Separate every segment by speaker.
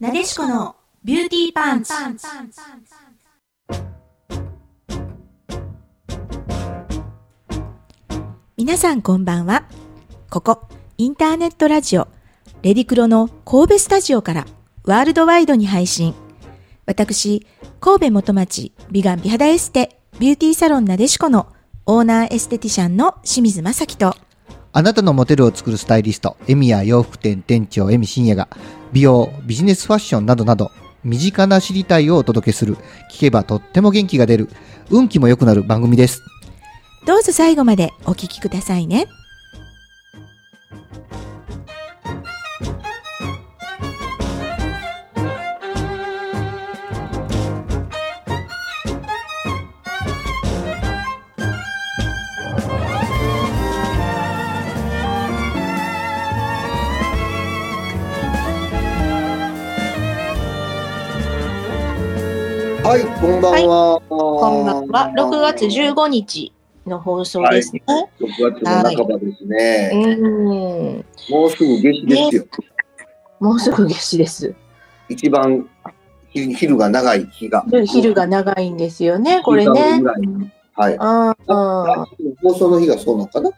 Speaker 1: なでしこのビューティーパンチ。皆さんこんばんは。ここ、インターネットラジオ、レディクロの神戸スタジオからワールドワイドに配信。私、神戸元町美顔美肌エステビューティーサロンなでしこのオーナーエステティシャンの清水正樹と
Speaker 2: あなたのモテルを作るスタイリスト、エミや洋服店店長エミ深也が、美容、ビジネスファッションなどなど、身近な知りたいをお届けする、聞けばとっても元気が出る、運気も良くなる番組です。
Speaker 1: どうぞ最後までお聞きくださいね。
Speaker 2: はい、こんばんは。こ
Speaker 3: こんばんは。6月15日の放送ですね。
Speaker 2: 6月の半ばですね。
Speaker 3: うん。
Speaker 2: もうすぐ夏至ですよ。
Speaker 3: もうすぐ夏至です。
Speaker 2: 一番ひ昼が長い日が。
Speaker 3: 昼が長いんですよね、これね。
Speaker 2: はい。
Speaker 3: うん。
Speaker 2: 放送の日がそうなのかな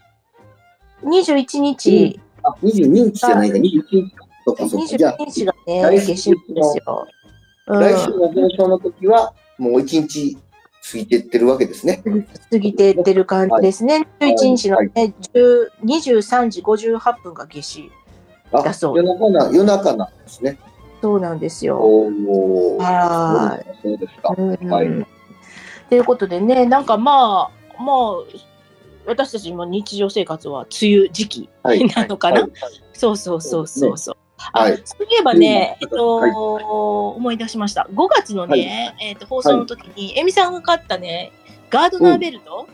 Speaker 3: 21日、
Speaker 2: あ、22日じゃないか、21日か。そうか、そうか。じゃあ
Speaker 3: 21日がね、
Speaker 2: 来
Speaker 3: 夏
Speaker 2: 週
Speaker 3: 至なんですよ。う
Speaker 2: 来週
Speaker 3: ん。
Speaker 2: の放送の時は、もう一日過ぎてってるわけですね。
Speaker 3: 過ぎてってる感じですね。
Speaker 2: い
Speaker 3: 11日のね、
Speaker 2: は
Speaker 3: 10 23時58分が夏至。
Speaker 2: あ
Speaker 3: だそう
Speaker 2: 夜中な、夜中なんですね。
Speaker 3: そうなんですよ。
Speaker 2: おお。
Speaker 3: はい。
Speaker 2: そうですか。
Speaker 3: うん
Speaker 2: はい
Speaker 3: ということでね、なんかまあ、もう私たちも日常生活は梅雨時期
Speaker 2: はい
Speaker 3: なのかな、
Speaker 2: はい
Speaker 3: そうそうそうそうそう。
Speaker 2: は
Speaker 3: あ
Speaker 2: い
Speaker 3: そういえばね、え
Speaker 2: うん
Speaker 3: っと、
Speaker 2: はい
Speaker 3: 思い出しました。5月のね、えっと放送の時に、えみさんが買ったね、ガードナーベルト、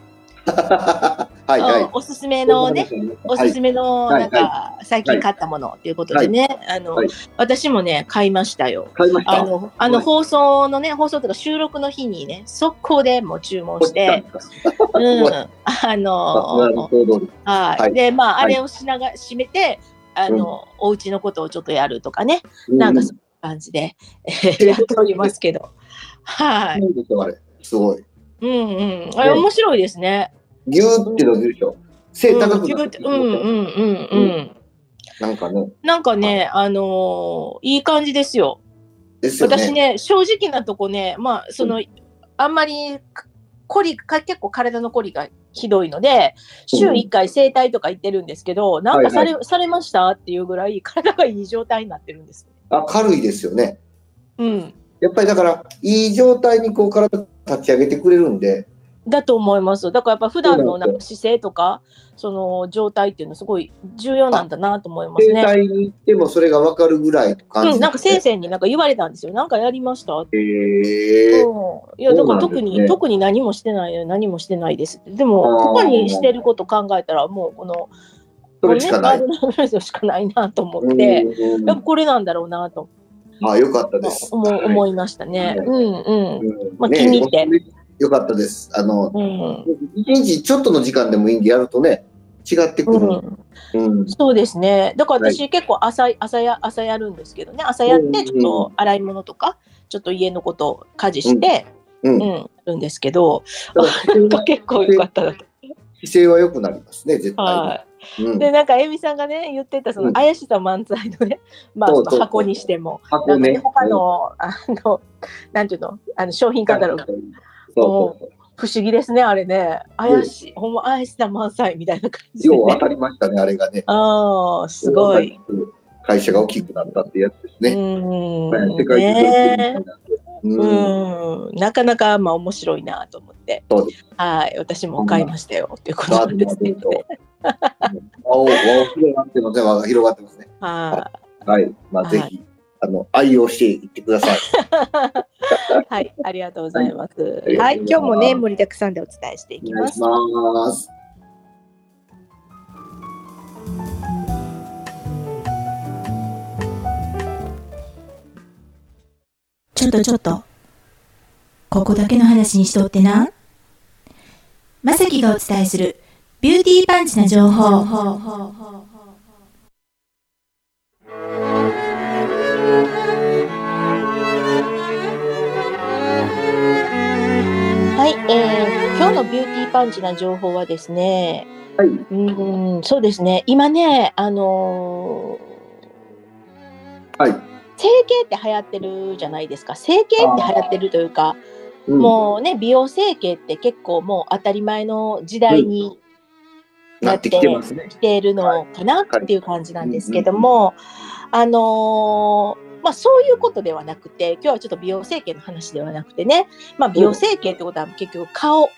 Speaker 2: はいは
Speaker 3: うん
Speaker 2: い。
Speaker 3: おすすめのね、おすす
Speaker 2: め。
Speaker 3: めの
Speaker 2: はい
Speaker 3: なんか最近買ったものということでね、あの
Speaker 2: はい
Speaker 3: 私もね買いましたよ。
Speaker 2: 買いまし
Speaker 3: あ
Speaker 2: た。
Speaker 3: のあの放送のね、放送とか収録の日にね、速攻でもう注文して、うん、あ
Speaker 2: なる
Speaker 3: の
Speaker 2: ほど。
Speaker 3: はい、
Speaker 2: はい
Speaker 3: で、まあ、
Speaker 2: は
Speaker 3: あ
Speaker 2: い
Speaker 3: れをしなが締めて、あの、お家のことをちょっとやるとかね、
Speaker 2: う
Speaker 3: なんかそういう感じで、 やっておりますけど、はい、
Speaker 2: いいですよあれ。すごい。
Speaker 3: うんうん、あれ面白いですね。
Speaker 2: ぎゅーって伸びるでしょ。背
Speaker 3: うん、う
Speaker 2: 高
Speaker 3: ん
Speaker 2: く
Speaker 3: う
Speaker 2: なる。
Speaker 3: んうんうん。
Speaker 2: なんかね。
Speaker 3: なんかね、あのーいい感じですよ。
Speaker 2: ですよね。
Speaker 3: 私ね正直なとこねまあその、あんまりこりか結構体のこりがひどいので週
Speaker 2: うん
Speaker 3: 1回整体とか行ってるんですけど、なんかされ,、されましたっていうぐらい体がいい状態になってるんです。
Speaker 2: あ軽いですよね。
Speaker 3: うん、
Speaker 2: やっぱりだから、いい状態にこう体立ち上げてくれるんで、
Speaker 3: だと思いますだからやっぱ普段の
Speaker 2: そうな
Speaker 3: なんん
Speaker 2: で
Speaker 3: か姿勢とかその状態っていうのすごい重要なんだなと思います
Speaker 2: 整
Speaker 3: ね。
Speaker 2: 体に行ってもそれがわかるぐらいの感じ、
Speaker 3: うん、なんか先生になんか言われたんですよ。なんかやりましたって。
Speaker 2: へえ
Speaker 3: うん、いやだから
Speaker 2: そうなんで
Speaker 3: 特
Speaker 2: すね
Speaker 3: に、特に何もしてないよ何もしてないですってでも
Speaker 2: あー
Speaker 3: ここにしてること考えたらもうこの
Speaker 2: それしかない
Speaker 3: こ。のねガードナーブレスしかないなと思って、
Speaker 2: うん
Speaker 3: やっぱこれなんだろうなと
Speaker 2: あ、よかったです。
Speaker 3: 思,、、
Speaker 2: はい
Speaker 3: 思いましたね。
Speaker 2: はい
Speaker 3: うんうん
Speaker 2: うん
Speaker 3: まあ
Speaker 2: ね
Speaker 3: 気に入って
Speaker 2: よかったです。あの、
Speaker 3: うん
Speaker 2: 一日ちょっとの時間でもいいんでやるとね、違ってくる。
Speaker 3: うん、
Speaker 2: うん。
Speaker 3: そうですねだから私結構朝,、朝や朝やるんですけどね朝やっ
Speaker 2: うんうん
Speaker 3: てちょっと洗い物とかちょっと家のこと家事して、
Speaker 2: う。
Speaker 3: うんん
Speaker 2: だか
Speaker 3: やるんですけど
Speaker 2: ら姿勢は
Speaker 3: 結構良かったなと。
Speaker 2: 姿勢は良くなります ね、絶対に。
Speaker 3: はい
Speaker 2: うん
Speaker 3: でなんかえみさんがね言ってたそ
Speaker 2: うん
Speaker 3: の怪しさ満載のね、 まあ
Speaker 2: そう
Speaker 3: そ
Speaker 2: そう
Speaker 3: の箱にしても
Speaker 2: 箱
Speaker 3: なん
Speaker 2: ね。
Speaker 3: か他のあのなんていうのあの商品カタログ
Speaker 2: そうそうそう。
Speaker 3: 不思議ですねあれね怪しい、ほんま怪しさ満載みたいな感じで、
Speaker 2: よう当
Speaker 3: ね、
Speaker 2: たりましたね、あれがね。
Speaker 3: ああすごい。
Speaker 2: 会社が大きくなったってやつです
Speaker 3: う
Speaker 2: ね。
Speaker 3: ーん
Speaker 2: 世界中
Speaker 3: ねう
Speaker 2: うん。
Speaker 3: ーんなかなかまあ面白いなと思って
Speaker 2: そうです。
Speaker 3: はい私も買いましたよっていうこと
Speaker 2: ガ
Speaker 3: な
Speaker 2: ーデ
Speaker 3: ん
Speaker 2: ン
Speaker 3: です
Speaker 2: の
Speaker 3: け
Speaker 2: 伝
Speaker 3: どね
Speaker 2: 統。輪を、輪を広がってますね。輪が広がってますね。
Speaker 3: は
Speaker 2: はい。まあ、
Speaker 3: はい
Speaker 2: ぜひ、あの、愛用していってください。
Speaker 3: いはいありがとうございます
Speaker 2: ありがとうございます
Speaker 3: はい今日もね盛りだくさんでお伝えしてい
Speaker 2: お
Speaker 3: き
Speaker 2: 願
Speaker 3: ま
Speaker 2: い
Speaker 3: す
Speaker 2: します。
Speaker 1: ちょっとちょっと。ここだけの話にしとってな。まさきがお伝えするビューティーパンチな情報。
Speaker 3: ビューティーパンチな情報はですね、
Speaker 2: はい。
Speaker 3: うん、そうですね、今ね、あのー
Speaker 2: はい
Speaker 3: 整形って流行ってるじゃないですか。整形って流行ってるというか、
Speaker 2: うん
Speaker 3: もうね、美容整形って結構もう当たり前の時代に
Speaker 2: なってきてますね。
Speaker 3: 来ているのかなっていう感じなんですけども、あのーまあ、そういうことではなくて今日はちょっと美容整形の話ではなくてね、まあ、美容整形ってことは結局顔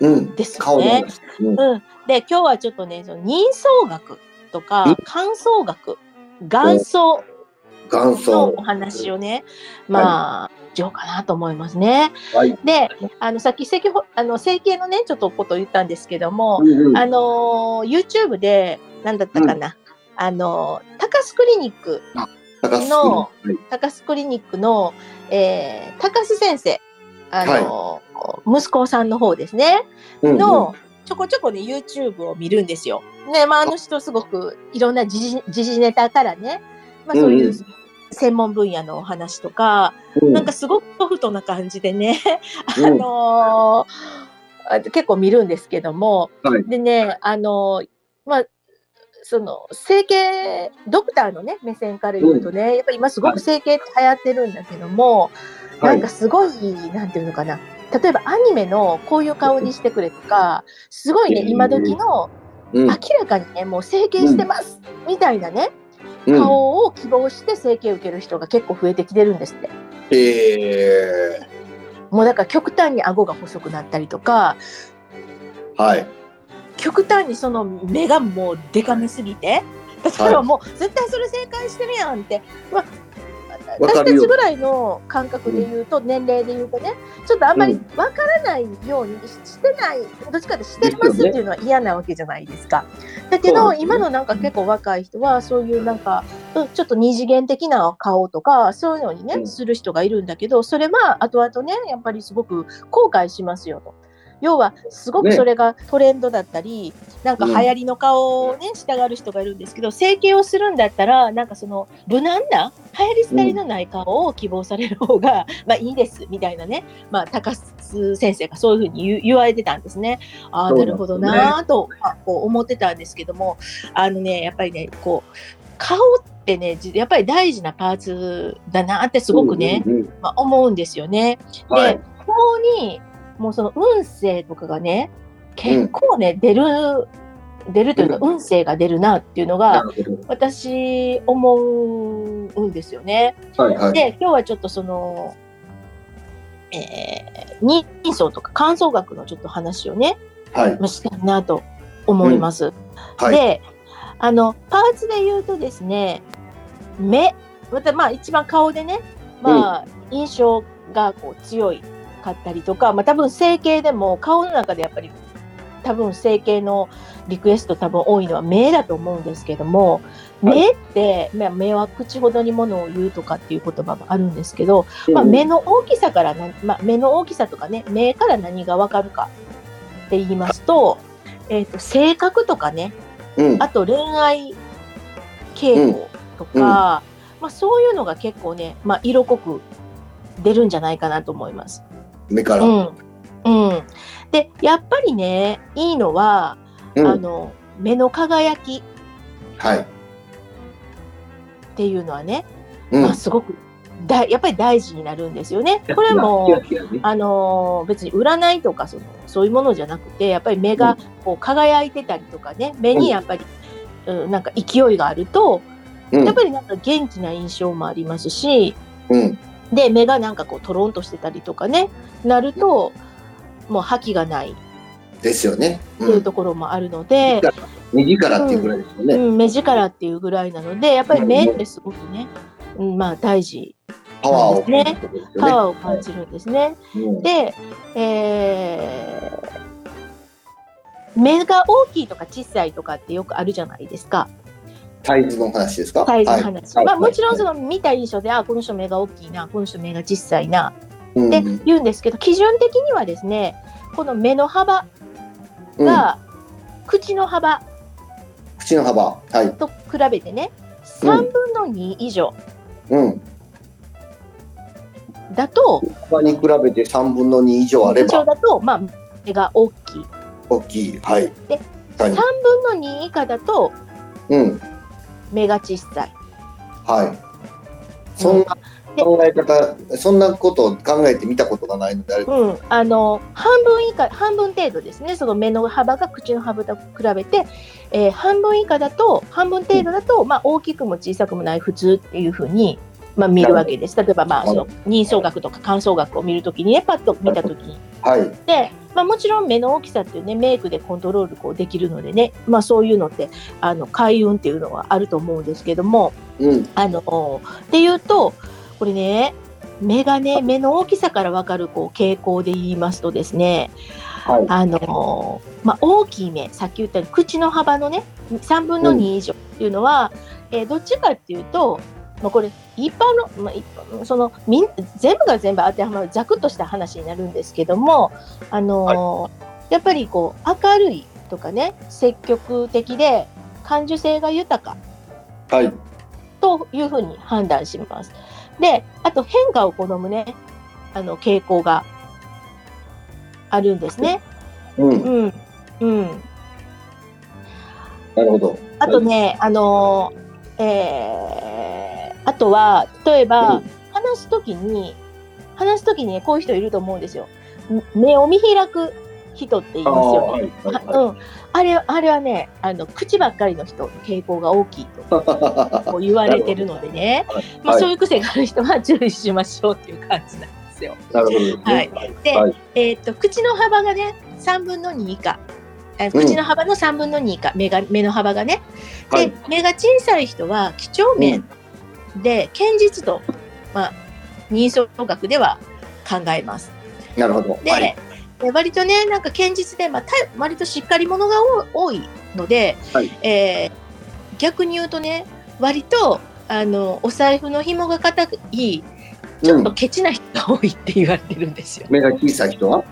Speaker 2: うん。
Speaker 3: ですよ
Speaker 2: 顔で
Speaker 3: ね。
Speaker 2: す。うん。
Speaker 3: うん、で今日はちょっとねその人相学とか乾燥学元相
Speaker 2: 元
Speaker 3: の
Speaker 2: 祖
Speaker 3: お。話をねまあしようかなと思いますね。
Speaker 2: はい。
Speaker 3: であのさっき整形ほあの整形のねちょっとことを言ったんですけども、
Speaker 2: うんうん
Speaker 3: あのー YouTube で何だったかな、あのー高須クリニック
Speaker 2: 高須君
Speaker 3: の
Speaker 2: はい
Speaker 3: 高須クリニックの、えー高須先生、あのー息子さんの方ですね、
Speaker 2: うんうん
Speaker 3: のちょこちょこね YouTube を見るんですよ。ねまあ、あの人すごくいろんな時事時事ネタからね、まあ、そうい
Speaker 2: んう
Speaker 3: うう専門分野のお話とか、
Speaker 2: うん
Speaker 3: なんかすごくソフトな感じでね、
Speaker 2: うん
Speaker 3: あのーあ結構見るんですけども、
Speaker 2: はい
Speaker 3: でね、あのーまあ、その整形ドクターのね目線から言うとね、やっぱり今すごく整形って流行ってるんだけども、
Speaker 2: はい
Speaker 3: なんかすごいなんていうのかな例えばアニメのこういう顔にしてくれとかすごいね
Speaker 2: うん
Speaker 3: 今時の
Speaker 2: うん
Speaker 3: 明らかにねもう整形してますみたいなね
Speaker 2: うん
Speaker 3: 顔を希望して整形受ける人が結構増えてきてるんですって。
Speaker 2: えー
Speaker 3: もうだから極端に顎が細くなったりとか
Speaker 2: はい。
Speaker 3: 極端にその目がもうデカめすぎて例えばもう絶対それ正解してるやんって、ま
Speaker 2: わ
Speaker 3: あ私
Speaker 2: か
Speaker 3: た
Speaker 2: る
Speaker 3: ち
Speaker 2: よ
Speaker 3: ぐらいの感覚で言うと、年齢で言うとねちょっとあんまり
Speaker 2: う
Speaker 3: わからないようにししてないどっちかってしてますっていうのは嫌なわけじゃないですか。だけ
Speaker 2: そう
Speaker 3: ど
Speaker 2: ですね
Speaker 3: 今のなんか結構若い人はそういうなんかうんちょっと二次元的な顔とかそういうのにね、
Speaker 2: うん
Speaker 3: する人がいるんだけどそれは後々ねやっぱりすごく後悔しますよと。要はすごく
Speaker 2: ね
Speaker 3: それがトレンドだったり、なんか流行りの顔をね、したがる人がいるんですけど整形をするんだったらなんかその無難な流行り廃りのない顔を希望される方が、 まあいいですみたいなね、まあ、高須先生がそういうふうに言う言われてたんですね。ああ
Speaker 2: そうなん
Speaker 3: な
Speaker 2: ですね
Speaker 3: るほどなあと、まあこう思ってたんですけどもあのねやっぱりねこう顔ってねじやっぱり大事なパーツだなってすごくね、
Speaker 2: うんうんうん
Speaker 3: まあ、思うんですよね。
Speaker 2: はい
Speaker 3: で。顔にもうその運勢とかがね結構ね、出る出るというか
Speaker 2: う
Speaker 3: 運勢が出るなっていうの
Speaker 2: な
Speaker 3: が
Speaker 2: るほど
Speaker 3: 私思うんですよね。
Speaker 2: はいはい。
Speaker 3: で今日はちょっとその、えー、人相とか感想学のちょっと話をね
Speaker 2: はい。
Speaker 3: まあしたいなと思います。
Speaker 2: はい。
Speaker 3: であのパーツで言うとですね目またまあ一番顔でねまあ印象がこう強いかったりとか、まあ、多分整形でも顔の中でやっぱり多分整形のリクエスト多分多いのは目だと思うんですけども
Speaker 2: はい
Speaker 3: 目って、まあ目は口ほどにものを言うとかっていう言葉もあるんですけど、まあ、
Speaker 2: うん
Speaker 3: 目の大きさからな、まあ、目の大きさとかね目から何がわかるかって言いますと,、えー、と性格とかね
Speaker 2: うん
Speaker 3: あと恋愛傾向とか、
Speaker 2: うんうん
Speaker 3: まあ、そういうのが結構ね、まあ、色濃く出るんじゃないかなと思います。
Speaker 2: 目から。
Speaker 3: うんうん、でやっぱりねいいのは、
Speaker 2: うん
Speaker 3: あの目の輝き
Speaker 2: はい。
Speaker 3: っていうのはね、
Speaker 2: うん
Speaker 3: まあ、すごくだやっぱり大事になるんですよね。これも
Speaker 2: キラキラね
Speaker 3: あのー別に占いとかそのそういうものじゃなくてやっぱり目がこう輝いてたりとかね目にやっぱり、うん、なんか勢いがあると
Speaker 2: うん
Speaker 3: やっぱりなんか元気な印象もありますし
Speaker 2: うん。
Speaker 3: で目がなんかこうトロンとしてたりとかねなるともう覇気がない
Speaker 2: ですよね。
Speaker 3: っていう
Speaker 2: と
Speaker 3: ところもあるので、
Speaker 2: 右からっていうぐらいですよね。
Speaker 3: うん目力っていうぐらいなのでやっぱり目ってすごくね、うん、まあ大事
Speaker 2: パワーを感じるところです
Speaker 3: パ
Speaker 2: よ
Speaker 3: ワーを感じるんですね。
Speaker 2: ね。
Speaker 3: で、えー目が大きいとか小さいとかってよくあるじゃないですか
Speaker 2: サイズの話ですか
Speaker 3: サイズの話、
Speaker 2: はい
Speaker 3: まあ、
Speaker 2: はい
Speaker 3: もちろんその見た印象で、あこの人目が大きいなこの人目が小さいな
Speaker 2: うん
Speaker 3: って言うんですけど、基準的にはですねこの目の幅が口の幅
Speaker 2: うん口の幅。はい。
Speaker 3: と比べてね、3分の2以上
Speaker 2: うん。
Speaker 3: だと、
Speaker 2: 他に比べて3分の2以上あれ
Speaker 3: 以上
Speaker 2: ば。
Speaker 3: だと、まあ、手が大きい。
Speaker 2: 大きい。はい。
Speaker 3: で
Speaker 2: はい
Speaker 3: 3。分の2以下だと
Speaker 2: うん。
Speaker 3: 目が小さい。
Speaker 2: はい。そんな
Speaker 3: で
Speaker 2: 考え方、そんなことを考えてみたことがないのであれば。
Speaker 3: うん、あの半分以下半分程度ですねその目の幅が口の幅と比べて、えー半分以下だと半分程度だと、まあ、大きくも小さくもない普通っていうふうに、まあ、見るわけです例えば、まあ、その認証学とか感想学を見るときにねパッと見たときに
Speaker 2: はい。
Speaker 3: で、まあ、もちろん目の大きさっていうねメイクでコントロールこうできるのでね、まあ、そういうのってあの開運っていうのはあると思うんですけども
Speaker 2: うん。
Speaker 3: あのっていうとこれね目がね目の大きさから分かるこう傾向で言いますとですね
Speaker 2: はい。
Speaker 3: あのまあ、大きい目さっき言ったように口の幅のね3分の2以上っていうのは、えーどっちかっていうと、まあ、これ一般の、まあ、一般そのみん全部が全部当てはまるざくっとした話になるんですけども、あのやっぱりこう明るいとかね積極的で感受性が豊か
Speaker 2: はい。
Speaker 3: というふうに判断します。であと変化を好むねあの傾向があるんですね。
Speaker 2: うん。
Speaker 3: うんうん、
Speaker 2: なるほど。
Speaker 3: あとね、あのーえーあとは、例えば、
Speaker 2: うん
Speaker 3: 話すときに、話すときにね、こういう人いると思うんですよ。ん目を見開く人って言い
Speaker 2: あ
Speaker 3: ます
Speaker 2: あ、
Speaker 3: よ
Speaker 2: は
Speaker 3: ね。
Speaker 2: い。はい
Speaker 3: あうん、あれあれはねあの、口ばっかりの人の傾向が大きいとこう言われてるのでね、まあ、そういう癖がある人は注意しましょうっていう感じなんですよ。
Speaker 2: なるほどですね。
Speaker 3: はいで
Speaker 2: はい
Speaker 3: えーっと口の幅がね3分の2以下あ
Speaker 2: うん
Speaker 3: 口の幅の3分の2以下目が目の幅がねで、
Speaker 2: はい
Speaker 3: 目が小さい人は几帳面で堅実と、まあ、認証学では考えます。
Speaker 2: なるほど。
Speaker 3: で、
Speaker 2: はい。
Speaker 3: で割とねなんか堅実で、まあ、た割としっかり者が多多いので、
Speaker 2: はい
Speaker 3: えー逆に言うとね割とあのお財布の紐が固いちょっ
Speaker 2: う
Speaker 3: と
Speaker 2: ん
Speaker 3: ケチな人が多いって言われてるんですよ。
Speaker 2: 目が小さい人は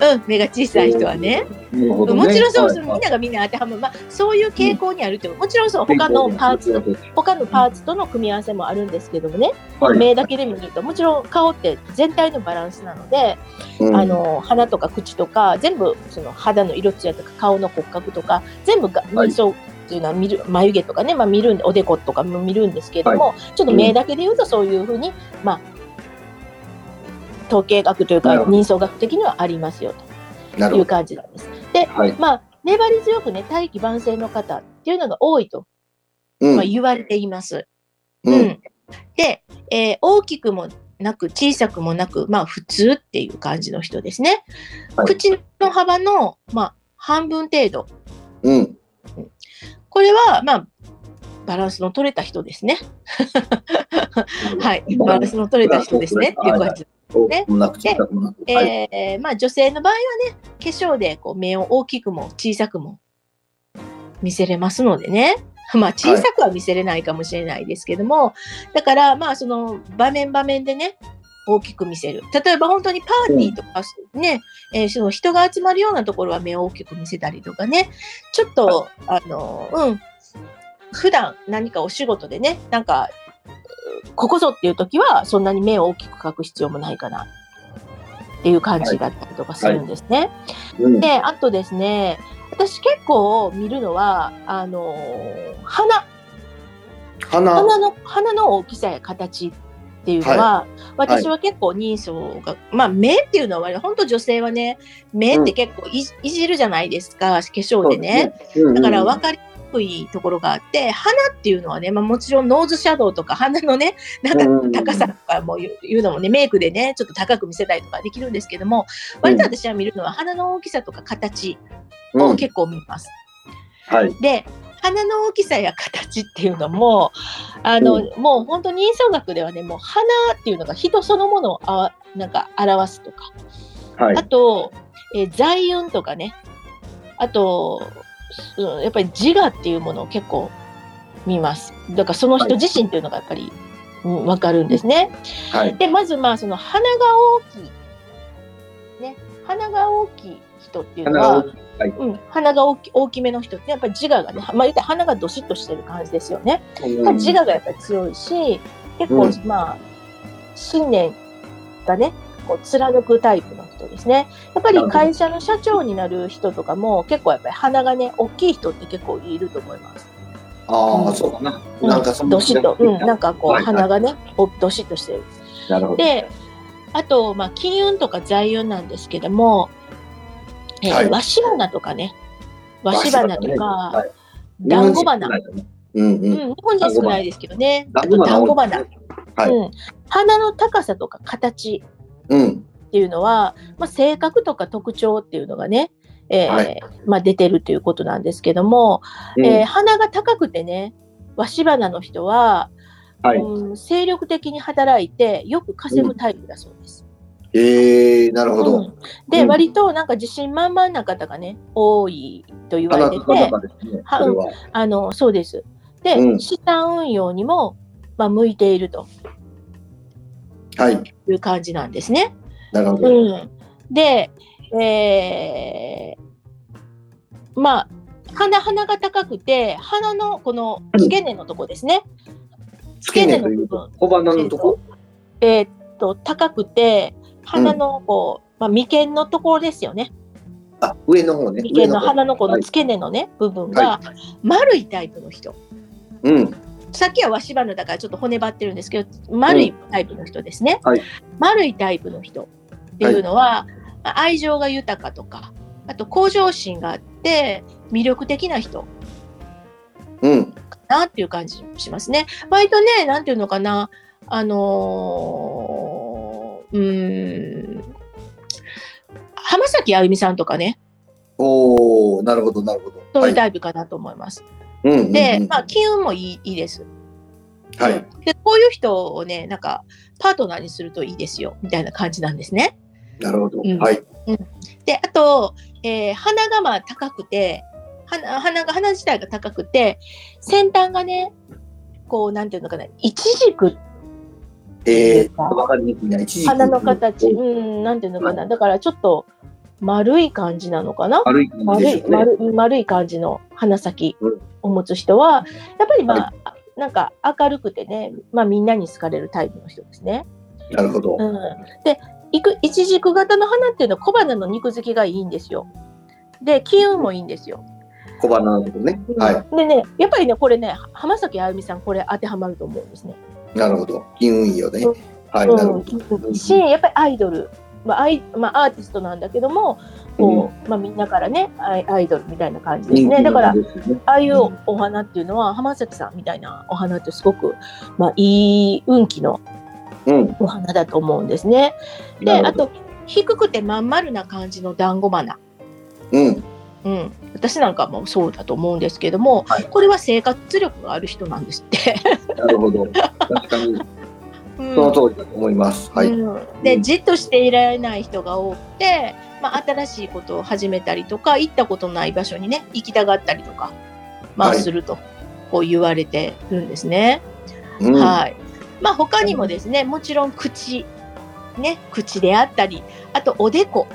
Speaker 3: うん、目が小さい人はね。
Speaker 2: なるほどね
Speaker 3: もちろんそうそう、
Speaker 2: はい
Speaker 3: みんながみんな当てはまる、まあ、そういう傾向にあるってこと、もちろんそう他のパーツと他のパーツとの組み合わせもあるんですけどもね、
Speaker 2: はい
Speaker 3: 目だけで見るともちろん顔って全体のバランスなので、
Speaker 2: うん
Speaker 3: あの鼻とか口とか全部その肌の色艶とか顔の骨格とか全部が
Speaker 2: はい
Speaker 3: 認証っていうのは見る眉毛とかね、まあ、見るんでおでことかも見るんですけども、ちょっと目だけで言うとそういうふうに、まあ統計学というか
Speaker 2: なるほど
Speaker 3: 認証学的にはありますよ
Speaker 2: なる
Speaker 3: とい
Speaker 2: ほ
Speaker 3: う
Speaker 2: ど
Speaker 3: 感じなんです。
Speaker 2: はい
Speaker 3: まあ、粘り強くね、大器晩成の方っていうのが多いと、
Speaker 2: うん
Speaker 3: まあ、言われています。
Speaker 2: うん
Speaker 3: で、えー大きくもなく、小さくもなく、まあ、普通っていう感じの人ですね。
Speaker 2: はい
Speaker 3: 口の幅の、まあ、半分程度。
Speaker 2: うん
Speaker 3: これは、まあ、バランスの取れた人ですね。はい。バランスの取れた人ですね。っていう感じ。
Speaker 2: 大
Speaker 3: ね
Speaker 2: きくもなく小さくもなくはい
Speaker 3: えーまあ、女性の場合はね、化粧でこう目を大きくも小さくも見せれますのでね、まあ、小さくは見せれないかもしれないですけども、だから、まあ、その場面場面でね、大きく見せる。例えば本当にパーティーとか、ね、えーその人が集まるようなところは目を大きく見せたりとかね、ちょっと、あの、うん、普段何かお仕事でね、なんか、ここぞっていう時はそんなに目を大きく描く必要もないかなっていう感じだったりとかするんですね。
Speaker 2: うん
Speaker 3: で、あとですね、私結構見るのは、あのー花、
Speaker 2: 鼻
Speaker 3: 花の、花の大きさや形っていうのは、私は結構認証が、まあ目っていうのは割と、本当女性はね、目って結構い,、いじるじゃないですか、化粧でね。
Speaker 2: そうですね
Speaker 3: だから分かりにくいところがあって、花っていうのはね、まあ、もちろんノーズシャドウとか鼻のね、なんか高さとかもいういうのもね、メイクでね、ちょっと高く見せたりとかできるんですけども、割と私は見るのは鼻の大きさとか形
Speaker 2: うんう
Speaker 3: を
Speaker 2: ん
Speaker 3: 結構見ます。
Speaker 2: はい
Speaker 3: で、鼻の大きさや形っていうのも、あの、もう本当に印象学ではね、もう鼻っていうのが人そのものをあわなんか表すとか、
Speaker 2: はい
Speaker 3: あと、えー財運とかね、あと、うんやっぱり自我っていうものを結構見ます。だからその人自身っていうのがやっぱり、うん、わかるんですね。
Speaker 2: はい
Speaker 3: で、まずまあその鼻が大きい。ね、鼻が大きい人っていうのは、
Speaker 2: 鼻が大きいはい
Speaker 3: うん、鼻が大き大きめの人ってやっぱり自我がね、まあ、言ったら鼻がどしっとしてる感じですよね。
Speaker 2: うん
Speaker 3: まあ自我がやっぱり強いし、結構、
Speaker 2: う
Speaker 3: まあ、信念がね、こう貫くタイプの人ですね。やっぱり会社の社長になる人とかも結構やっぱり鼻がね大きい人って結構いると思います。
Speaker 2: あ
Speaker 3: う
Speaker 2: あ、
Speaker 3: ん
Speaker 2: そうかな。
Speaker 3: う
Speaker 2: なんかその
Speaker 3: どしっと、うん、なんかこう
Speaker 2: はいはい
Speaker 3: 鼻がねおどしっとしてる。
Speaker 2: なるほど。
Speaker 3: であと、まあ、金運とか財運なんですけども、えー
Speaker 2: はい
Speaker 3: 和紙花とかね和紙花とか、
Speaker 2: はい
Speaker 3: 団子花、。
Speaker 2: うんう。
Speaker 3: うんん、日本人少ないですけどねあ
Speaker 2: 団
Speaker 3: と
Speaker 2: 子花
Speaker 3: 団子
Speaker 2: 多い
Speaker 3: 花、
Speaker 2: はい
Speaker 3: うん、花の高さとか形
Speaker 2: うん。
Speaker 3: っていうのは、まあ、性格とか特徴っていうのがね、えー
Speaker 2: はい
Speaker 3: まあ、出てるということなんですけども、
Speaker 2: うん
Speaker 3: えー鼻が高くてね和紙花の人は、
Speaker 2: はい。
Speaker 3: うん、精力的に働いてよく稼ぐタイプだそうです。
Speaker 2: ええ、なるほ
Speaker 3: う
Speaker 2: ど
Speaker 3: ん。で、
Speaker 2: うん
Speaker 3: 割となんか自信満々な方がね多いと言われ
Speaker 2: 鼻
Speaker 3: て
Speaker 2: 高々
Speaker 3: て
Speaker 2: ですね。
Speaker 3: は
Speaker 2: それは。
Speaker 3: あのそうですで、
Speaker 2: うん
Speaker 3: 資産運用にも、まあ、向いていると
Speaker 2: はい。
Speaker 3: いう感じなんですね。
Speaker 2: なるほど。
Speaker 3: うん、で、えーまあ鼻鼻が高くて鼻のこの付け根のとこですね、
Speaker 2: 付け根というと、小鼻のとこ
Speaker 3: えーっと高くて鼻のこう、まあ、眉間のところですよね
Speaker 2: あ、上の方ね。
Speaker 3: 眉間の
Speaker 2: 上
Speaker 3: 鼻のこの
Speaker 2: はい
Speaker 3: 付け根のね、部分が丸いタイプの人
Speaker 2: うん。
Speaker 3: さっきは和紙花だからちょっと骨張ってるんですけど丸いタイプの人ですね、
Speaker 2: はい
Speaker 3: 丸いタイプの人っていうのは、まあ愛情が豊かとかあと向上心があって魅力的な人
Speaker 2: うん。
Speaker 3: かなっていう感じしますね割とねなんていうのかなあのーうーん浜崎あゆみさんとかね
Speaker 2: おおなるほど、なるほど。
Speaker 3: そう
Speaker 2: はいいう
Speaker 3: タイプかなと思います、
Speaker 2: うんうんうん
Speaker 3: で、まあ、金運もいいいいです。
Speaker 2: はい。
Speaker 3: で、こういう人をね、なんか、パートナーにするといいですよ、みたいな感じなんですね。
Speaker 2: なるほど。
Speaker 3: うん
Speaker 2: はい。
Speaker 3: で、あと、えー鼻がまあ高くて、鼻鼻が鼻自体が高くて、先端がね、こう、なんていうのかな、一軸、
Speaker 2: えー、わかりにくいな。一時期
Speaker 3: 鼻の形、うん、なんていうのかな、だからちょっと丸い感じなのかな。
Speaker 2: 悪い感じ
Speaker 3: 丸
Speaker 2: で
Speaker 3: い
Speaker 2: すね。
Speaker 3: 丸い丸い感じの鼻先
Speaker 2: うん
Speaker 3: を持つ人は、やっぱりまあ、なんか明るくてね、まあ、みんなに好かれるタイプの人ですね。
Speaker 2: なるほど。
Speaker 3: うん、でいく一軸型の花っていうのは小花の肉付きがいいんですよ。で金運もいいんですよ。
Speaker 2: 小鼻のとこね
Speaker 3: う。ん
Speaker 2: は
Speaker 3: でねやっぱりねこれね浜崎あゆみさんこれ当てはまると思うんですね。
Speaker 2: い。なるほど。金運いいよね
Speaker 3: うん。
Speaker 2: はい。なるほど。
Speaker 3: うん、しやっぱりアイドル、まあアイまあ、アーティストなんだけどもこう、まあ、みんなからねアイアイドルみたいな感じですね。だから
Speaker 2: 人気なんですよね
Speaker 3: ああいうお花っていうのは浜崎さんみたいなお花ってすごく、まあ、いい運気の
Speaker 2: うん。
Speaker 3: お花だと思うんですね。で
Speaker 2: なる
Speaker 3: あ
Speaker 2: ほど
Speaker 3: と低くてまん丸な感じの団子花。
Speaker 2: うん。
Speaker 3: うん、私なんかもそうだと思うんですけども、
Speaker 2: はい
Speaker 3: これは生活力がある人なんで すって。
Speaker 2: なるほど。確かに、
Speaker 3: うん
Speaker 2: その通りだと思います。はい。
Speaker 3: うんでじっとしていられない人が多くて、まあ、新しいことを始めたりとか行ったことない場所にね行きたがったりとか、まあ、
Speaker 2: はい
Speaker 3: すると、こう言われてるんですね。
Speaker 2: うん
Speaker 3: はいまあ、他にもですねもちろん口、ね、口であったりあとおでこ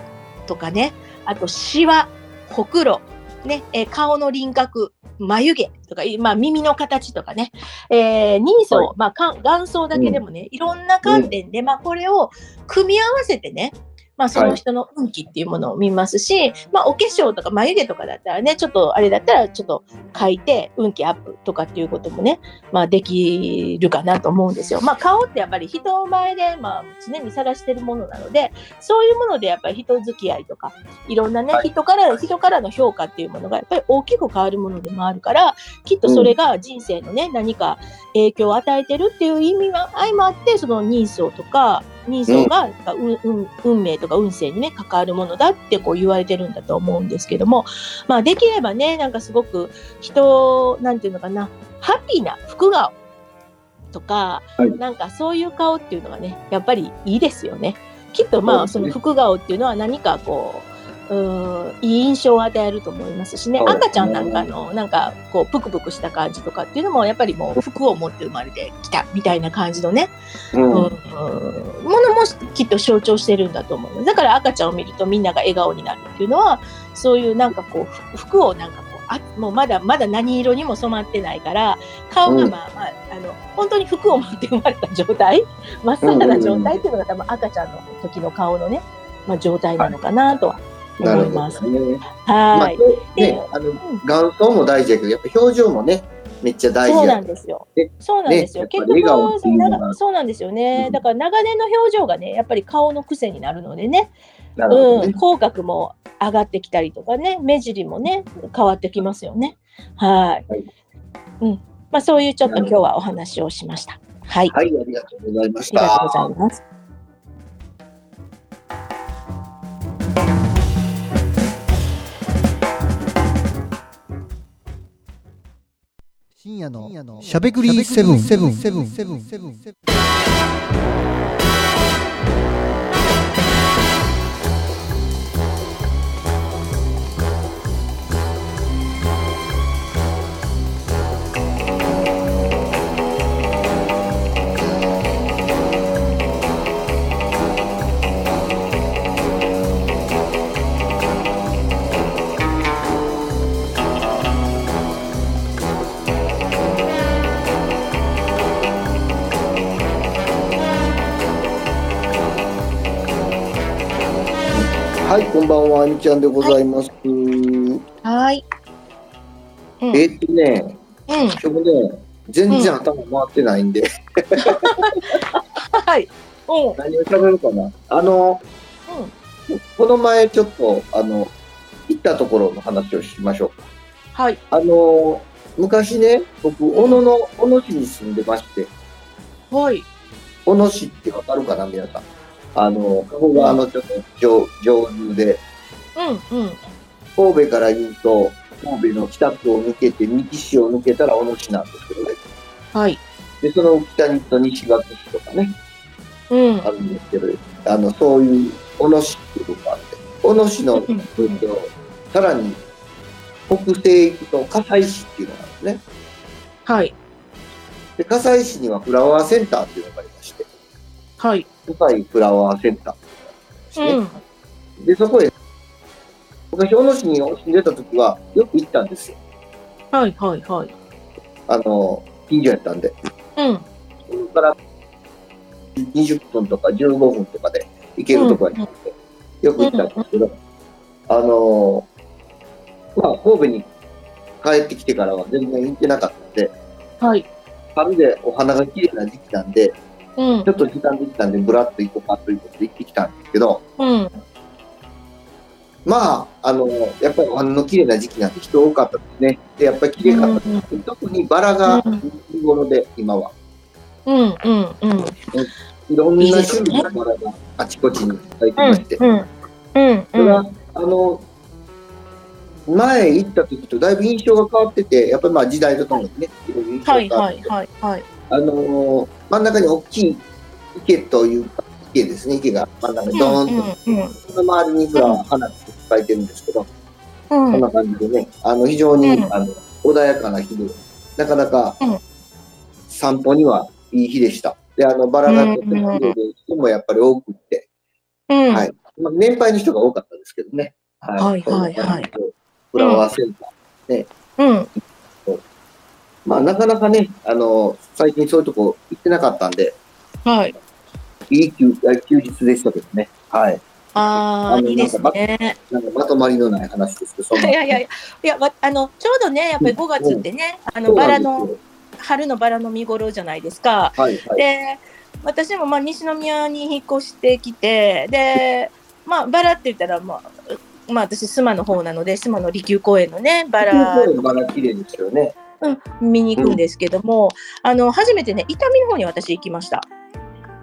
Speaker 3: とかねあとしわほくろ、ねえー顔の輪郭眉毛とか、いまあ、耳の形とかね、えー人相、
Speaker 2: はい
Speaker 3: まあ、かん眼相だけでもね、いろんな観点で、まあ、これを組み合わせてねまあ、その人の運気っていうものを見ますし、まあ、お化粧とか眉毛とかだったらねちょっとあれだったらちょっと書いて運気アップとかっていうこともねまあ、できるかなと思うんですよ。まあ、顔ってやっぱり人前で、まあ、常に晒してるものなのでそういうものでやっぱり人付き合いとかいろんなね、
Speaker 2: はい
Speaker 3: 人から人からの評価っていうものがやっぱり大きく変わるものでもあるからきっとそれが人生のね、何か影響を与えてるっていう意味は相まってその人相とか人相が、うんうん運命とか運勢にね関わるものだってこう言われてるんだと思うんですけども、まあ、できればねなんかすごく人なんていうのかなハッピーな福顔とか、
Speaker 2: はい
Speaker 3: なんかそういう顔っていうのがねやっぱりいいですよね。きっとまあそ
Speaker 2: そう
Speaker 3: の
Speaker 2: ですね
Speaker 3: 福顔っていうのは何かこううーんいい印象を与えると思いますしね
Speaker 2: そうですね
Speaker 3: 赤ちゃんなんかのなんかこうプクプクした感じとかっていうのもやっぱりもう服を持って生まれてきたみたいな感じのね
Speaker 2: うん
Speaker 3: うんものもきっと象徴してるんだと思うのだから赤ちゃんを見るとみんなが笑顔になるっていうのはそういうなんかこうふ服をなんかこうあもうまだまだ何色にも染まってないから顔がまあ、まあ、あの本当に服を持って生まれた状態まっさらな状態っていうのが多分赤ちゃんの時の顔のねまあ、状態なのかなとは
Speaker 2: な
Speaker 3: 思
Speaker 2: る
Speaker 3: いま
Speaker 2: ほ
Speaker 3: す。
Speaker 2: どね。まあ
Speaker 3: はい、
Speaker 2: ね、あの眼相も大事やけど、やっぱ表情もね、めっちゃ大
Speaker 3: そう
Speaker 2: 事
Speaker 3: な
Speaker 2: や
Speaker 3: ん。ですよ
Speaker 2: ね。
Speaker 3: そうなんですよ。
Speaker 2: ね
Speaker 3: 結
Speaker 2: やっぱ
Speaker 3: 局
Speaker 2: 笑顔っていうのが
Speaker 3: 長そうなんですよね。
Speaker 2: うん
Speaker 3: だから長年の表情がね、やっぱり顔の癖になるのでね、
Speaker 2: なるほど
Speaker 3: うん、
Speaker 2: ね。
Speaker 3: 口角も上がってきたりとかね、目尻もね、変わってきますよね。はい。
Speaker 2: はい
Speaker 3: うん。まあそういうちょっと
Speaker 2: なる
Speaker 3: 今
Speaker 2: ほど
Speaker 3: 日はお話をしました。はい。あ
Speaker 2: はい、ありがとうございまし
Speaker 3: りがと
Speaker 2: た
Speaker 3: う。ございます。
Speaker 4: 深夜のしゃべくりセブンセブンセブンセブンセブン
Speaker 2: はい、こんばんは、あみちゃんでございます。
Speaker 3: はい。うん
Speaker 2: えっとね、
Speaker 3: うん。
Speaker 2: 今日ね、全然頭回ってないんで、
Speaker 3: はい。うん。
Speaker 2: 何を喋るかな。あの、
Speaker 3: うん
Speaker 2: この前ちょっと、あの、行ったところの話をしましょうか。
Speaker 3: はい。
Speaker 2: あの、昔ね、僕、小野の、小野市に住んでまして、
Speaker 3: はい。
Speaker 2: 小野市ってわかるかな、皆さん。あの、加古川のちょっと上上流で、
Speaker 3: うん。うん。
Speaker 2: 神戸から言うと、神戸の北区を抜けて、三木市を抜けたら小野市なんですけどね。
Speaker 3: はい。
Speaker 2: で、その北に行くと西脇市とかね、
Speaker 3: うん
Speaker 2: あ。るんですけど、あの、そういう小野市っていうのがあって、小野市の
Speaker 3: うん
Speaker 2: 分と、さらに北西行くと葛西市っていうのがあるんですね。
Speaker 3: はい。
Speaker 2: で、葛西市にはフラワーセンターっていうのがありまして、
Speaker 3: はい。
Speaker 2: 葛西フラワーセンターっていうのがあるんですね。
Speaker 3: うん。
Speaker 2: で、そこへ、昔、小野市に住んでた時は、よく行ったんですよ。
Speaker 3: はい。はい。はい。
Speaker 2: あの、近所やったんで。
Speaker 3: うん。
Speaker 2: そこから、20分とか15分とかで行けるとこやったんで、よく行ったんですけど、あの、まあ、神戸に帰ってきてからは全然行ってなかったんで、
Speaker 3: はい。
Speaker 2: 春でお花が綺麗な時期なんで、
Speaker 3: うん
Speaker 2: ちょ。っと時間できたんで、ぶらっと行こうかということで行ってきたんですけど、
Speaker 3: うん。
Speaker 2: まあ、あの、やっぱりお花の綺麗な時期なんて人多かったですね。で、やっぱり綺麗かったです
Speaker 3: うん。
Speaker 2: 特にバラが
Speaker 3: うん
Speaker 2: 見頃で、今は。
Speaker 3: うんうんうん
Speaker 2: いろんな種類のバラがあちこちに咲いてまして。
Speaker 3: うんうん
Speaker 2: それ
Speaker 3: うん
Speaker 2: は、あの、前行った時とだいぶ印象が変わってて、やっぱりまあ時代とともにね、いろいろ印象
Speaker 3: はい
Speaker 2: が変わ
Speaker 3: は
Speaker 2: っ
Speaker 3: い
Speaker 2: てて、
Speaker 3: はいはい
Speaker 2: あの、真ん中に大きい池というか、池ですね、池が真ん中にドーンと、
Speaker 3: うんうん
Speaker 2: その周りにフラワー、花が咲いてるんですけど、
Speaker 3: うん
Speaker 2: こんな感じでね、あの非常に、
Speaker 3: うん
Speaker 2: あの穏やかな日で、なかなか
Speaker 3: うん
Speaker 2: 散歩にはいい日でした。で、あのバラがとっても綺麗で、人もやっぱり多くって、
Speaker 3: うん
Speaker 2: はいまあ、年配の人が多かったですけどね。は
Speaker 3: はいはいはい。
Speaker 2: フラワーセンター。
Speaker 3: うん
Speaker 2: まあ、なかなかね、あの、最近そういうとこ行ってなかったんで、
Speaker 3: はい
Speaker 2: いい休あ休日でしたけどね。はい。
Speaker 3: ああいいですね
Speaker 2: なんかまとまりのない話ですけど、そ
Speaker 3: い
Speaker 2: んな
Speaker 3: やいやいやいやわあのちょうどねやっぱり5月ってねあのバラの。春のバラの見頃じゃないですか
Speaker 2: そうなんですよはいはい。
Speaker 3: で私もまあ西宮に引っ越してきてでまあバラって言ったらまあまあ私須磨の方なので須磨の利休公園のねバラ
Speaker 2: 東京のバラ綺麗ですよね。
Speaker 3: うん、見に行くんですけども、あの初めてね伊丹の方に私行きました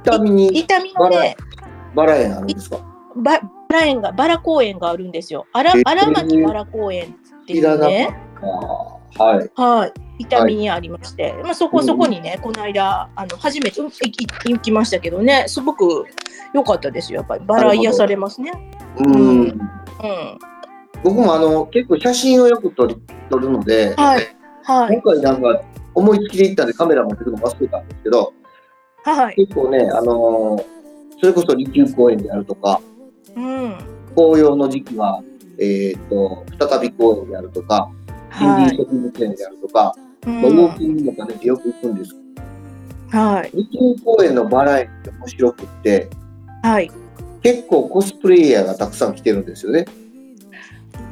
Speaker 2: 痛みに
Speaker 3: 伊丹のね
Speaker 2: バラ園あるんですか
Speaker 3: ババラ園がバラ公園があるんですよあら
Speaker 2: へー
Speaker 3: 荒牧バラ公園ってい
Speaker 2: 知ら
Speaker 3: う
Speaker 2: なかっ
Speaker 3: ね
Speaker 2: た。はい。
Speaker 3: はい伊丹にありまして、まあ、そこそこにね、この間あの初めてうん行き行きましたけどねすごく良かったですよやっぱりバラ癒されますね
Speaker 2: うん。
Speaker 3: うん
Speaker 2: 僕もあの、結構写真をよく撮り撮るので、
Speaker 3: はいはい
Speaker 2: 今回なんか思いつきで行ったんでカメラ持ってくの忘れたんですけど、
Speaker 3: はい
Speaker 2: 結構ね、あのーそれこそ利休公園であるとか、
Speaker 3: うん
Speaker 2: 紅葉の時期は、えっ、と、再び公園であるとか、イン
Speaker 3: は
Speaker 2: ディ
Speaker 3: い
Speaker 2: ー植物園であるとか、
Speaker 3: う
Speaker 2: まあウ
Speaker 3: ん
Speaker 2: ォーキングとかね、よく行くんですけど、
Speaker 3: はい
Speaker 2: 利休公園のバラ園って面白くって、
Speaker 3: はい
Speaker 2: 結構コスプレイヤーがたくさん来てるんですよね。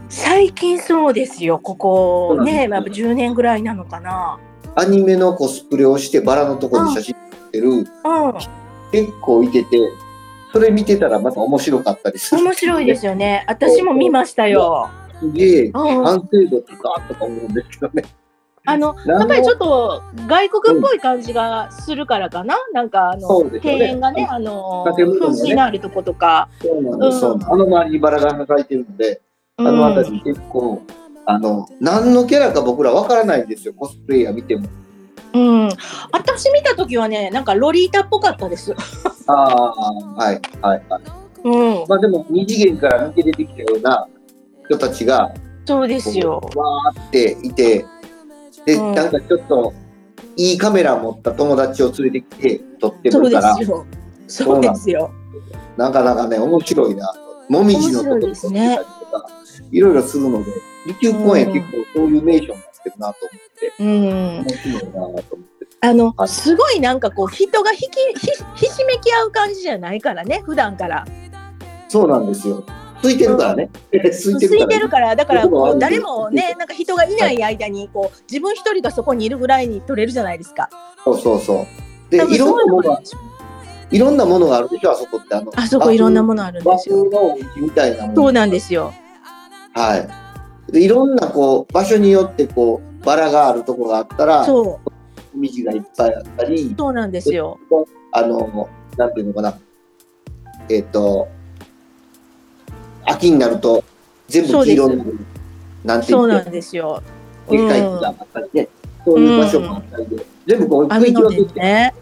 Speaker 3: 最近そうですよ、こ
Speaker 2: そう
Speaker 3: こ
Speaker 2: なんです
Speaker 3: ね、まあ、10年ぐらいなのかな。
Speaker 2: アニメのコスプレをしてバラのとこに写真撮ってる
Speaker 3: う
Speaker 2: 結構いててそれ見てたらまた面白かったりす
Speaker 3: ん、
Speaker 2: る。
Speaker 3: 面白いですよね。私も見ましたよ。
Speaker 2: すげえ
Speaker 3: うん
Speaker 2: 完成度高っとか思うんですけどね。
Speaker 3: あの、
Speaker 2: なんも
Speaker 3: やっぱりちょっと外国っぽい感じがするからかな、なんかあの、
Speaker 2: そうですよね
Speaker 3: 庭園がね、あの、
Speaker 2: 建物もね
Speaker 3: 噴水のあるとことか。
Speaker 2: そうなんです、
Speaker 3: うん
Speaker 2: そうあの周りにバラが抱えてるんであ
Speaker 3: うん、
Speaker 2: の辺り結構、あの何のキャラか僕らわからないんですよコスプレイヤー見ても。
Speaker 3: うん、私見た時はね、なんかロリータっぽかったです。
Speaker 2: ああはいはいはい。
Speaker 3: うん、
Speaker 2: まあでも二次元から抜け出てきたような人たちが
Speaker 3: そうですよ。
Speaker 2: わーっていてで、
Speaker 3: うん
Speaker 2: なんかちょっといいカメラ持った友達を連れてきて撮ってく
Speaker 3: そう
Speaker 2: る
Speaker 3: で
Speaker 2: から
Speaker 3: すよ。そうですよ。
Speaker 2: なかなかね面白いなもみじのところに撮ってたりとか、いろいろするので琉球公園
Speaker 3: うん
Speaker 2: 結構そういう名所になってるなと
Speaker 3: うん
Speaker 2: 思っ、て面白いなと思って
Speaker 3: あの、すごいなんかこう人がひき、ひ、ひしめき合う感じじゃないからね、普段から。
Speaker 2: そうなんですよついてるからね、つい
Speaker 3: 空
Speaker 2: てる
Speaker 3: い
Speaker 2: か
Speaker 3: て
Speaker 2: ら、
Speaker 3: る
Speaker 2: ね、
Speaker 3: から、だから、こう誰も
Speaker 2: は
Speaker 3: ね
Speaker 2: い、
Speaker 3: なんか人がいない間に、こう自分一人がそこにいるぐらいに取れるじゃないですか。
Speaker 2: そうそうそうで
Speaker 3: 多分
Speaker 2: いろんなものが
Speaker 3: そういうの
Speaker 2: いろんなものがあるでしょあそこってあの
Speaker 3: あそこいろんなものあるん
Speaker 2: 和
Speaker 3: です
Speaker 2: 風
Speaker 3: よ。
Speaker 2: のお家みたいなもの
Speaker 3: そうなんですよ。
Speaker 2: はい。でいろんなこう場所によってこうバラがあるところがあったら、
Speaker 3: そう、
Speaker 2: 道がいっぱいあったり、
Speaker 3: そうなんですよ。
Speaker 2: あのなんていうのかな、えっ、と秋になると全部黄色になる、なんてい
Speaker 3: そうう
Speaker 2: の
Speaker 3: なんですよ。
Speaker 2: でっかい木があったりね、そういう場所もあったりで、全部こう
Speaker 3: あ
Speaker 2: 区
Speaker 3: る
Speaker 2: 域
Speaker 3: の
Speaker 2: 分け
Speaker 3: で
Speaker 2: して、
Speaker 3: ね。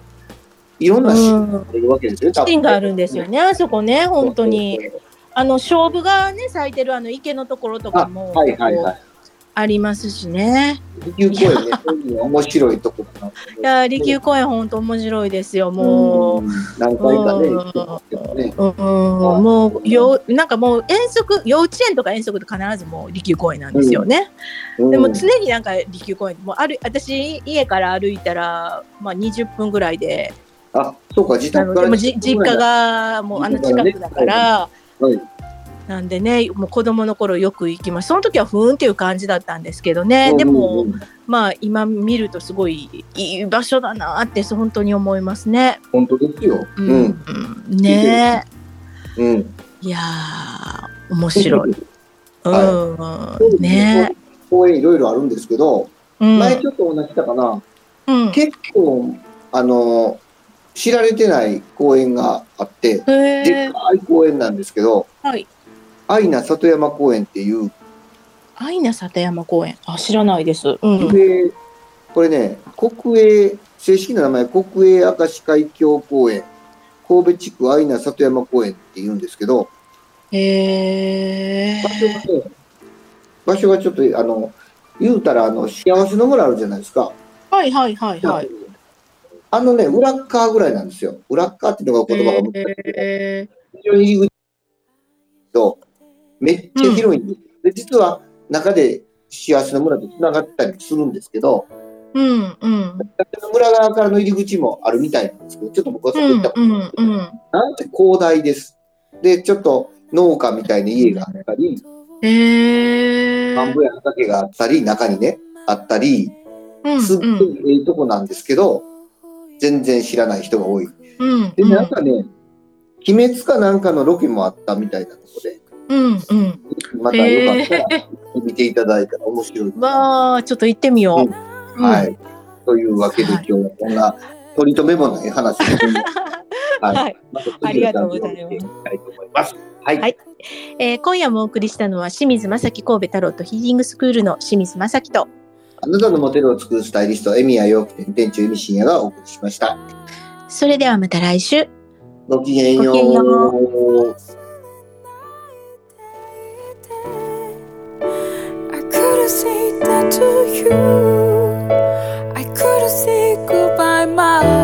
Speaker 2: いろんなシーン
Speaker 3: うん
Speaker 2: がいるわけですよね。多分
Speaker 3: シーンがあるんですよ。ね、あそこね、
Speaker 2: そう
Speaker 3: 本当に。。あの、勝負がね、咲いてるあの池のところとかも
Speaker 2: はいはいはい。
Speaker 3: ありますしね。
Speaker 2: 琉球公園ね、そういうの面白いとこだなと思う
Speaker 3: いや、利休公園本当面白いですよ、もう。
Speaker 2: うん何回かね
Speaker 3: うん
Speaker 2: 行ってますけどね。
Speaker 3: うん、もうようなんかもう遠足幼稚園とか遠足で必ずもう利休公園なんですよね、でも常になんか利休公園もうある私家から歩いたら、まあ、20分ぐらいで
Speaker 2: あ、そうか、自
Speaker 3: な
Speaker 2: 宅
Speaker 3: の
Speaker 2: か
Speaker 3: で
Speaker 2: ら。
Speaker 3: もじ実家。がもうあの近くだから、
Speaker 2: はい。
Speaker 3: なんでねもう子供の頃よく行きましたその時はふーんっていう感じだったんですけどね、でも、
Speaker 2: うんうんうん、
Speaker 3: まあ今見るとすごいいい場所だなって本当に思いますね。
Speaker 2: 本当ですよ。う
Speaker 3: うん
Speaker 2: ん。
Speaker 3: うんね
Speaker 2: うん。
Speaker 3: いやー面白い。うん、ね。
Speaker 2: 公園いろいろあるんですけど、
Speaker 3: うん
Speaker 2: 前ちょっとお話ししたかな。
Speaker 3: うん
Speaker 2: 結構、あの、知られてない公園があって、
Speaker 3: へ
Speaker 2: で
Speaker 3: ー
Speaker 2: っかい公園なんですけど、
Speaker 3: はい。
Speaker 2: アイナ里山公園っていう、
Speaker 3: アイナ里山公園。あ、知らないです。うん。
Speaker 2: 国営、これね、国営、正式な名前、国営明石海峡公園、神戸地区アイナ里山公園って言うんですけど、
Speaker 3: へえ
Speaker 2: 場。所がね、場所がちょっと、あの、言うたら、あの、幸せの村あるじゃないですか。
Speaker 3: はいはいはいはい。
Speaker 2: あのね、裏っ側ぐらいなんですよ。裏っ側っていうのが言葉が難しいけど、
Speaker 3: へ
Speaker 2: 非常に入り口と、めっちゃ広いんです、で、実は中で幸せの村とつながってたりするんですけど、
Speaker 3: ーうんうん
Speaker 2: 幸せの村側からの入り口もあるみたいなんですけど、ちょっと僕はそこ行ったこと
Speaker 3: う
Speaker 2: ない
Speaker 3: んうん
Speaker 2: なんて広大です。で、ちょっと農家みたいな家があったり、
Speaker 3: うん。へえ。
Speaker 2: 田んぼや畑があったり、中にね、あったり、
Speaker 3: うん
Speaker 2: すっご
Speaker 3: うん
Speaker 2: いいいとこなんですけど、全然知らない人が多い。
Speaker 3: うん
Speaker 2: で、なんかね、鬼滅かなんかのロケもあったみたいなので、
Speaker 3: うんうん。
Speaker 2: またよかったら見ていただいたら面白い。
Speaker 3: わあ、ちょっと行ってみよ
Speaker 2: う
Speaker 3: う。うん
Speaker 2: はい。というわけで今
Speaker 3: はい
Speaker 2: 日はこんな取り留めもない話 をは
Speaker 3: はい。
Speaker 2: また
Speaker 3: ありがとうございます
Speaker 2: 次の段階を見ていきたいと思います。はい。
Speaker 3: はいえー今夜もお送りしたのは清水正樹神戸太郎とヒーリングスクールの清水正樹と
Speaker 2: あなたのモテルを作るスタイリスト、エミヤ洋服店店長、エミシンヤがお送りしました。
Speaker 3: それではまた来週
Speaker 2: ごきげんよ
Speaker 3: ごきげん
Speaker 2: う。
Speaker 5: I couldn't say that to you. I couldn't say goodbye, my